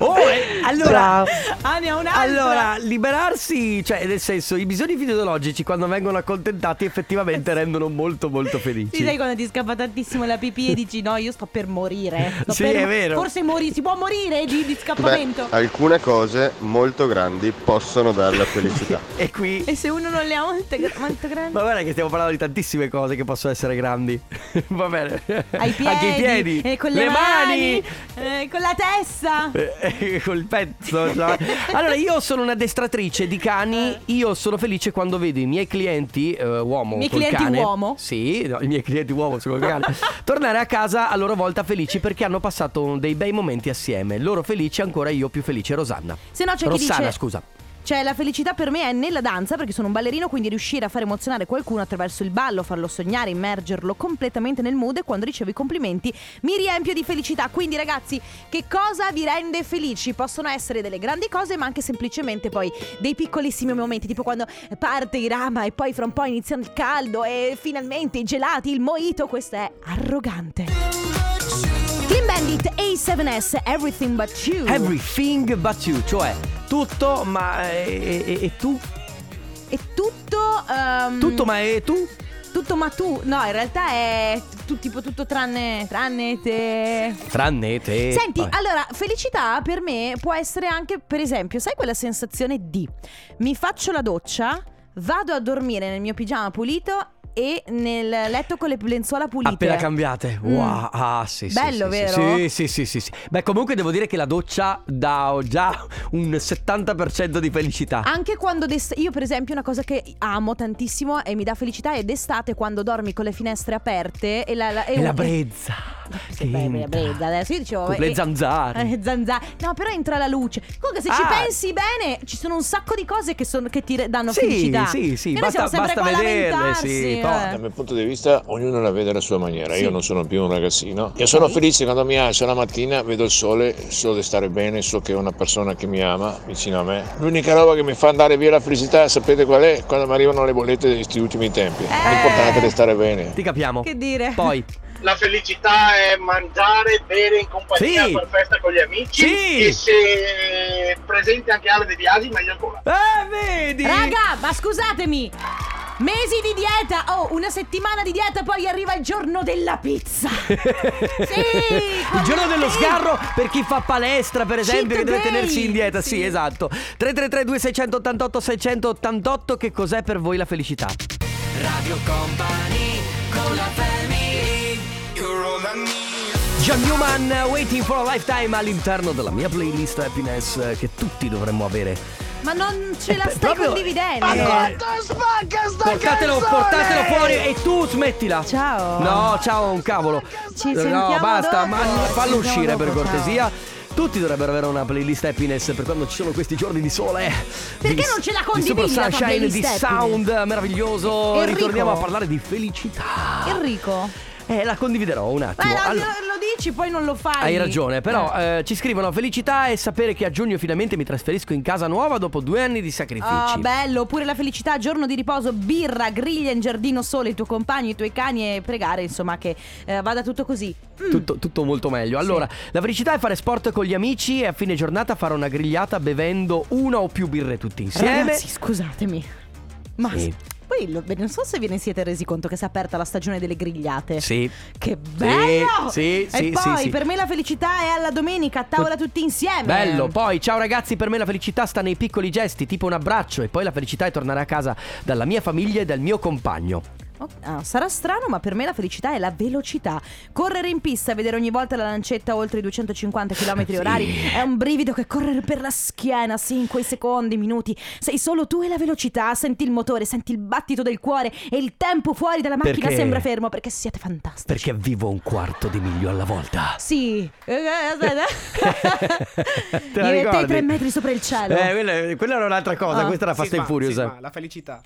Speaker 2: Oh, eh, allora,
Speaker 1: Ah, ne ho un'altra.
Speaker 2: allora, liberarsi, cioè nel senso, i bisogni fisiologici quando vengono accontentati effettivamente rendono molto molto felici.
Speaker 1: Sì, sai quando ti scappa tantissimo la pipì e dici no, io sto per morire. Sto
Speaker 2: Sì,
Speaker 1: per-
Speaker 2: è vero.
Speaker 1: Forse mori- si può morire di, di
Speaker 14: Beh,
Speaker 1: scappamento.
Speaker 14: alcune cose molto grandi possono dare la felicità.
Speaker 2: E qui...
Speaker 1: E se uno non le ha molte, gra- molto grandi?
Speaker 2: Ma guarda che stiamo parlando di tantissime cose che possono essere grandi. Va bene.
Speaker 1: Ai piedi,
Speaker 2: Anche i piedi.
Speaker 1: eh, con le,
Speaker 2: mani.
Speaker 1: eh, con la testa.
Speaker 2: Eh, eh, Col pezzo. cioè. Allora, io sono un'addestratrice di cani. Io sono felice quando vedo i miei clienti eh, uomo.
Speaker 1: Eh. I miei
Speaker 2: col
Speaker 1: clienti
Speaker 2: cane.
Speaker 1: uomo?
Speaker 2: Sì, no, i miei clienti uomo sono col cane. Tornare a casa a loro volta felici perché hanno passato dei bei momenti assieme. Loro felici, ancora io più felice, Rosanna.
Speaker 1: Se no c'è chi
Speaker 2: Rossana,
Speaker 1: dice-
Speaker 2: scusa.
Speaker 1: Cioè, la felicità per me è nella danza, perché sono un ballerino, quindi riuscire a far emozionare qualcuno attraverso il ballo, farlo sognare, immergerlo completamente nel mood e quando ricevo i complimenti mi riempio di felicità. Quindi, ragazzi, che cosa vi rende felici? Possono essere delle grandi cose, ma anche semplicemente poi dei piccolissimi momenti, tipo quando parte il rama e poi fra un po' iniziano il caldo e finalmente i gelati, il mojito, questo è arrogante. Clean Bandit A7S Everything But You.
Speaker 2: Everything but you, cioè tutto, ma. eh, eh, eh, e tu?
Speaker 1: E tutto. ehm,
Speaker 2: Tutto, ma e tu?
Speaker 1: Tutto ma tu. No, in realtà è tu- tipo tutto tranne. Tranne te.
Speaker 2: Tranne te.
Speaker 1: Senti,
Speaker 2: Vabbè.
Speaker 1: allora, felicità per me può essere anche, per esempio, sai quella sensazione di mi faccio la doccia, vado a dormire nel mio pigiama pulito e nel letto con le lenzuola pulite.
Speaker 2: Appena cambiate,
Speaker 1: Mm.
Speaker 2: wow, ah sì, sì,
Speaker 1: Bello,
Speaker 2: sì, sì,
Speaker 1: vero?
Speaker 2: Sì, sì, sì, sì, sì. Beh, comunque devo dire che la doccia dà già un 70% di felicità.
Speaker 1: Anche quando d'est- io per esempio una cosa che amo tantissimo e mi dà felicità è d'estate quando dormi con le finestre aperte e la, la-
Speaker 2: e la
Speaker 1: e-
Speaker 2: brezza. che
Speaker 1: Beh, beh,
Speaker 2: entra.
Speaker 1: brezza, adesso io dicevo
Speaker 2: Con
Speaker 1: eh,
Speaker 2: le zanzare.
Speaker 1: eh, zanzare. No, però entra la luce. Comunque, se ci
Speaker 2: Ah.
Speaker 1: pensi bene, ci sono un sacco di cose che, sono- che ti re- danno
Speaker 2: Sì,
Speaker 1: felicità.
Speaker 2: sì, sì,
Speaker 1: Che
Speaker 2: basta-
Speaker 1: noi siamo sempre
Speaker 2: basta
Speaker 1: qua a
Speaker 2: vederle,
Speaker 1: lamentarsi.
Speaker 2: sì,
Speaker 1: eh.
Speaker 15: Dal mio punto di vista, ognuno la vede alla sua maniera.
Speaker 1: Sì.
Speaker 15: Io non sono più un ragazzino. Io sono felice quando mi alzo la mattina, vedo il sole, so di stare bene, so che è una persona che mi ama vicino a me. L'unica roba che mi fa andare via la felicità, sapete qual è? Quando mi arrivano le bollette di questi ultimi tempi.
Speaker 1: Eh.
Speaker 15: L'importante è di stare bene.
Speaker 2: Ti capiamo.
Speaker 1: Che dire?
Speaker 2: Poi.
Speaker 16: La felicità è mangiare, bere in compagnia,
Speaker 2: Sì.
Speaker 16: far festa con gli amici
Speaker 2: Sì.
Speaker 16: e se presente anche Ale De Biasi meglio ancora.
Speaker 2: Eh, vedi?
Speaker 1: Raga, ma scusatemi. Mesi di dieta, oh, una settimana di dieta, poi arriva il giorno della pizza.
Speaker 2: Il giorno dello sgarro per chi fa palestra, per esempio,
Speaker 1: Cheat
Speaker 2: che deve
Speaker 1: day.
Speaker 2: tenersi in dieta. Sì, esatto. 333 2688 688 che cos'è per voi la felicità?
Speaker 3: Radio Company con la family. You're all I need.
Speaker 2: John Newman, Waiting for a Lifetime all'interno della mia playlist Happiness eh, che tutti dovremmo avere
Speaker 1: Ma non ce la
Speaker 2: Eh,
Speaker 1: stai
Speaker 2: proprio-
Speaker 1: condividendo.
Speaker 2: Ma quanto
Speaker 16: spacca sta
Speaker 2: Eh. Portatelo, portatelo fuori e tu smettila.
Speaker 1: Ciao.
Speaker 2: No, ciao, un cavolo.
Speaker 1: Ci
Speaker 2: no,
Speaker 1: sentiamo
Speaker 2: basta,
Speaker 1: dopo.
Speaker 2: ma- fallo
Speaker 1: Ci sentiamo
Speaker 2: uscire per
Speaker 1: dopo,
Speaker 2: cortesia. Tutti dovrebbero avere una playlist happiness per quando ci sono questi giorni di sole.
Speaker 1: Perché
Speaker 2: di-
Speaker 1: non ce la
Speaker 2: Di Super
Speaker 1: condividi la tua
Speaker 2: Sunshine, di
Speaker 1: playlist
Speaker 2: sound meraviglioso.
Speaker 1: Enrico.
Speaker 2: Ritorniamo a parlare di felicità.
Speaker 1: Enrico.
Speaker 2: Eh, la condividerò un attimo.
Speaker 1: Beh, la-
Speaker 2: Allora-
Speaker 1: lo, lo dici, poi non lo fai.
Speaker 2: Hai ragione, però eh, ci scrivono felicità e sapere che a giugno finalmente mi trasferisco in casa nuova dopo due anni di sacrifici.
Speaker 1: Oh, bello, oppure la felicità, giorno di riposo, birra, griglia in giardino sole, i tuoi compagni, i tuoi cani e pregare, insomma, che eh, vada tutto così. Mm.
Speaker 2: tutto, tutto molto meglio. Allora, la felicità è fare sport con gli amici e a fine giornata fare una grigliata bevendo una o più birre tutti insieme.
Speaker 1: Ragazzi, scusatemi. Ma
Speaker 2: Sì.
Speaker 1: poi lo- non so se ve ne siete resi conto che si è aperta la stagione delle grigliate.
Speaker 2: Sì.
Speaker 1: Che bello!
Speaker 2: Sì, sì,
Speaker 1: e
Speaker 2: sì,
Speaker 1: poi
Speaker 2: sì.
Speaker 1: per me la felicità è alla domenica, a tavola tutti insieme.
Speaker 2: Bello, poi ciao ragazzi, per me la felicità sta nei piccoli gesti, tipo un abbraccio e poi la felicità è tornare a casa dalla mia famiglia e dal mio compagno.
Speaker 1: Oh, ah, sarà strano, ma per me la felicità è la velocità. Correre in pista, vedere ogni volta la lancetta oltre i 250 km orari è un brivido che corre per la schiena, sì, in quei secondi, minuti. Sei solo tu e la velocità, senti il motore, senti il battito del cuore e il tempo fuori dalla macchina
Speaker 2: Perché-
Speaker 1: sembra fermo perché siete fantastici.
Speaker 2: Perché vivo un quarto di miglio alla volta.
Speaker 1: Sì, Eh, eh, aspetta. Io e te
Speaker 2: la ricordi?
Speaker 1: tre metri sopra il cielo.
Speaker 2: Eh, quella, quella era un'altra cosa,
Speaker 1: Ah.
Speaker 2: questa era Fast
Speaker 5: Sì,
Speaker 2: and
Speaker 5: ma-
Speaker 2: Furious.
Speaker 5: sì, ma la felicità.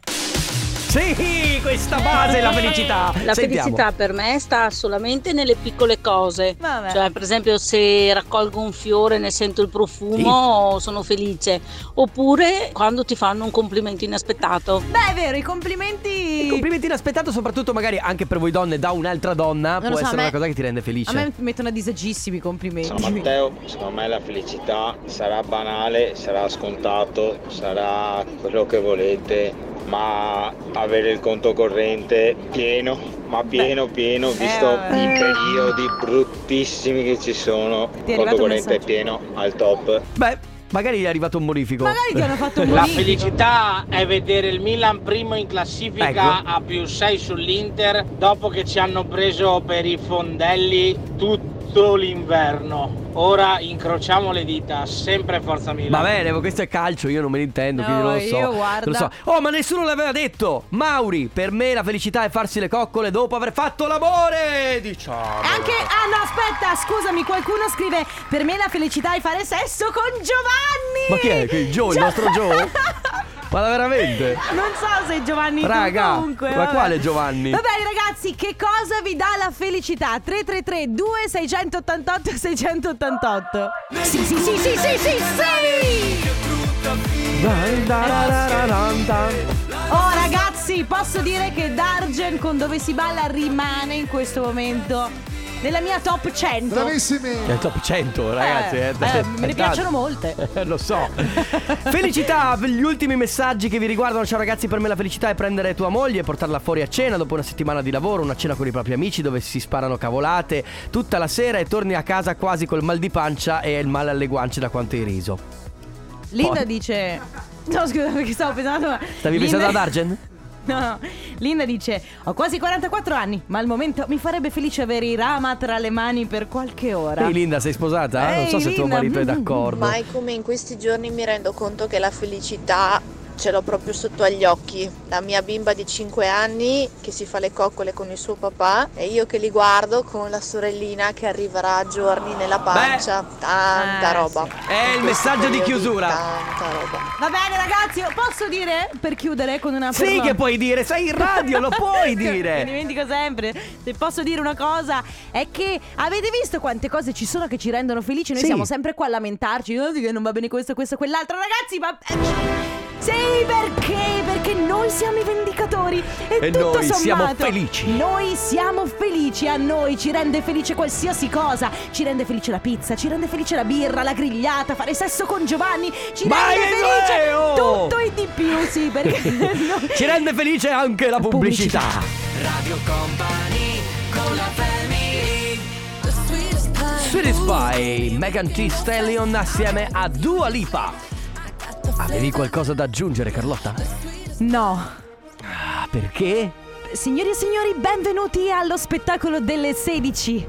Speaker 2: Sì, questa base
Speaker 1: Eh,
Speaker 2: è la felicità.
Speaker 17: La
Speaker 2: Sentiamo.
Speaker 17: felicità per me sta solamente nelle piccole cose.
Speaker 1: Vabbè.
Speaker 17: Cioè, per esempio, se raccolgo un fiore e ne sento il profumo, sono felice. Oppure quando ti fanno un complimento inaspettato.
Speaker 1: Beh, è vero, i complimenti.
Speaker 2: Complimenti inaspettato, soprattutto magari anche per voi donne da un'altra donna.
Speaker 1: Non lo
Speaker 2: può
Speaker 1: so, a
Speaker 2: essere
Speaker 1: me-
Speaker 2: una cosa che ti rende felice.
Speaker 1: A me mettono a disagissimi i complimenti.
Speaker 18: Ciao Matteo, secondo me la felicità sarà banale, sarà scontato, sarà quello che volete, ma avere il conto corrente pieno, ma pieno pieno,
Speaker 1: eh,
Speaker 18: visto
Speaker 1: vabbè.
Speaker 18: i periodi bruttissimi che ci sono,
Speaker 1: Ti è
Speaker 18: il conto
Speaker 1: arrivato un
Speaker 18: corrente è pieno al top.
Speaker 2: Beh, magari è arrivato un modifico.
Speaker 1: Magari ti hanno fatto un
Speaker 19: La
Speaker 1: bonifico.
Speaker 19: felicità è vedere il Milan primo in classifica
Speaker 2: Ecco.
Speaker 19: a più 6 sull'Inter dopo che ci hanno preso per i fondelli tutto l'inverno. Ora incrociamo le dita, sempre Forza Milan.
Speaker 2: Va bene, ma questo è calcio, io non me ne intendo, quindi
Speaker 19: No,
Speaker 2: non lo so.
Speaker 19: io
Speaker 2: Non lo so. Oh, ma nessuno l'aveva detto! Mauri, per me la felicità è farsi le coccole dopo aver fatto l'amore! Diciamo.
Speaker 1: Anche, ah no, aspetta, scusami, qualcuno scrive Per me la felicità è fare sesso con Giovanni
Speaker 2: Ma chi è? Che Joe, il
Speaker 1: Gio-
Speaker 2: nostro Joe? ma la- veramente?
Speaker 1: Non so se è Giovanni
Speaker 2: Raga,
Speaker 1: comunque
Speaker 2: ma
Speaker 1: vabbè.
Speaker 2: quale Giovanni?
Speaker 1: Va bene ragazzi, che cosa vi dà la felicità? 333 2688 688 Sì, sì, sì, sì, sì, sì, sì
Speaker 2: Dai, da, da, da, da, da, da.
Speaker 1: Oh ragazzi, posso dire che Dargen con Dove si balla rimane in questo momento Nella mia top 100
Speaker 2: È il top 100, ragazzi.
Speaker 1: Eh,
Speaker 2: eh,
Speaker 1: eh,
Speaker 2: dai,
Speaker 1: me ne
Speaker 2: tanto.
Speaker 1: piacciono molte.
Speaker 2: Eh, Lo so. felicità, gli ultimi messaggi che vi riguardano. Ciao ragazzi, per me la felicità è prendere tua moglie e portarla fuori a cena dopo una settimana di lavoro, una cena con i propri amici dove si sparano cavolate tutta la sera e torni a casa quasi col mal di pancia e il male alle guance da quanto hai riso.
Speaker 1: Linda
Speaker 2: Poi.
Speaker 1: dice. No, scusa, perché stavo pensando. ma-
Speaker 2: Stavi
Speaker 1: Linda-
Speaker 2: pensando ad Argen?
Speaker 1: No, no. Linda dice: Ho quasi 44 anni, ma al momento mi farebbe felice avere i rama tra le mani per qualche ora.
Speaker 2: Ehi Linda, sei sposata? Ah, non so
Speaker 1: Ehi,
Speaker 2: se tuo
Speaker 1: Linda.
Speaker 2: marito è d'accordo.
Speaker 20: Ormai come in questi giorni mi rendo conto che la felicità ce l'ho proprio sotto agli occhi. La mia bimba di 5 anni che si fa le coccole con il suo papà e io che li guardo con la sorellina che arriverà a giorni nella pancia. Tanta
Speaker 2: Eh,
Speaker 20: roba.
Speaker 2: È il messaggio di chiusura.
Speaker 1: Va bene, ragazzi, io posso dire per chiudere con una
Speaker 2: Sì,
Speaker 1: perla-
Speaker 2: che puoi dire, sei in radio, lo puoi
Speaker 1: Mi
Speaker 2: dire.
Speaker 1: dimentico sempre. Se posso dire una cosa, è che avete visto quante cose ci sono che ci rendono felici? Noi
Speaker 2: Sì.
Speaker 1: siamo sempre qua a lamentarci. "Oh, che non va bene questo, questo, quell'altro. Ragazzi, ma. Sì, perché? Perché noi siamo i vendicatori e,
Speaker 2: E
Speaker 1: tutto
Speaker 2: noi siamo
Speaker 1: sommato,
Speaker 2: felici.
Speaker 1: Noi siamo felici, a noi ci rende felice qualsiasi cosa. Ci rende felice la pizza, ci rende felice la birra, la grigliata, fare sesso con Giovanni, ci
Speaker 2: Ma
Speaker 1: rende
Speaker 2: che
Speaker 1: felice
Speaker 2: bello!
Speaker 1: tutto e di più, sì, perché noi-
Speaker 2: Ci rende felice anche la pubblicità.
Speaker 3: Radio Company con la family.
Speaker 2: Sweet Spy, Megan T. Stallion assieme a Dua Lipa. Avevi qualcosa da aggiungere, Carlotta?
Speaker 1: No.
Speaker 2: Ah, perché?
Speaker 1: Signori e signori, benvenuti allo spettacolo delle 16.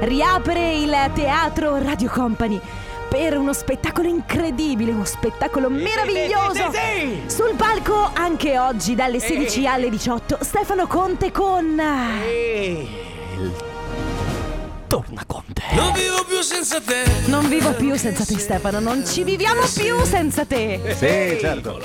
Speaker 1: Riapre il teatro Radio Company per uno spettacolo incredibile, uno spettacolo meraviglioso.
Speaker 3: sì, sì,
Speaker 1: Sul palco anche oggi dalle 16 alle 18 Stefano Conte con
Speaker 2: Torna Conte.
Speaker 3: Non vivo più senza te.
Speaker 1: Non vivo più senza te Stefano, non ci viviamo più senza te.
Speaker 14: Sì, certo.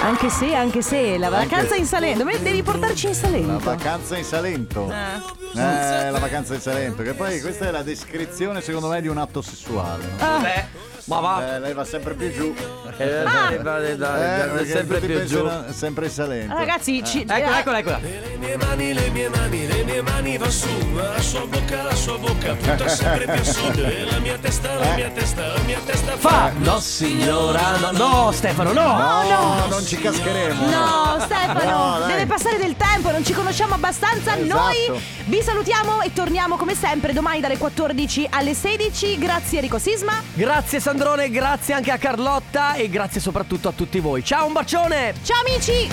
Speaker 1: Anche se, anche se la
Speaker 14: Anche-
Speaker 1: vacanza in Salento, Beh, devi portarci in
Speaker 14: La
Speaker 1: Salento.
Speaker 14: vacanza in Salento. Eh, la vacanza in Salento. Che poi questa è la descrizione, secondo me, di un atto sessuale. no?
Speaker 1: Ah.
Speaker 2: Ma va.
Speaker 14: Eh, lei va sempre più giù. Eh,
Speaker 2: Ah. lei va- lei va-
Speaker 14: perché
Speaker 2: sempre
Speaker 14: tutti
Speaker 2: più
Speaker 14: pensano
Speaker 2: giù.
Speaker 14: Sempre in Salento.
Speaker 1: Ragazzi, ci-
Speaker 2: Eccola, eccola, eccola.
Speaker 3: Le mie mani, le mie mani, le mie mani va su, ma la sua bocca, la sua bocca punta sempre più a sud. E la mia testa, la mia testa, la mia testa
Speaker 2: Fa! No signora, no, no Stefano, no!
Speaker 1: No, no.
Speaker 14: non ci cascheremo.
Speaker 1: No, Stefano,
Speaker 14: No, dai.
Speaker 1: deve passare del tempo, non ci conosciamo abbastanza.
Speaker 14: Esatto.
Speaker 1: Noi vi salutiamo e torniamo come sempre domani dalle 14 alle 16. Grazie Enrico Sisma.
Speaker 2: Grazie Sandrone, grazie anche a Carlotta e grazie soprattutto a tutti voi. Ciao, un bacione!
Speaker 1: Ciao amici!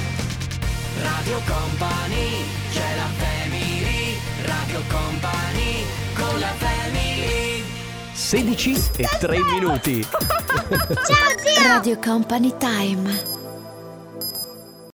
Speaker 3: Radio Company, c'è la family, Radio Company, con la family.
Speaker 2: 16 e 3 minuti.
Speaker 8: Radio Company Time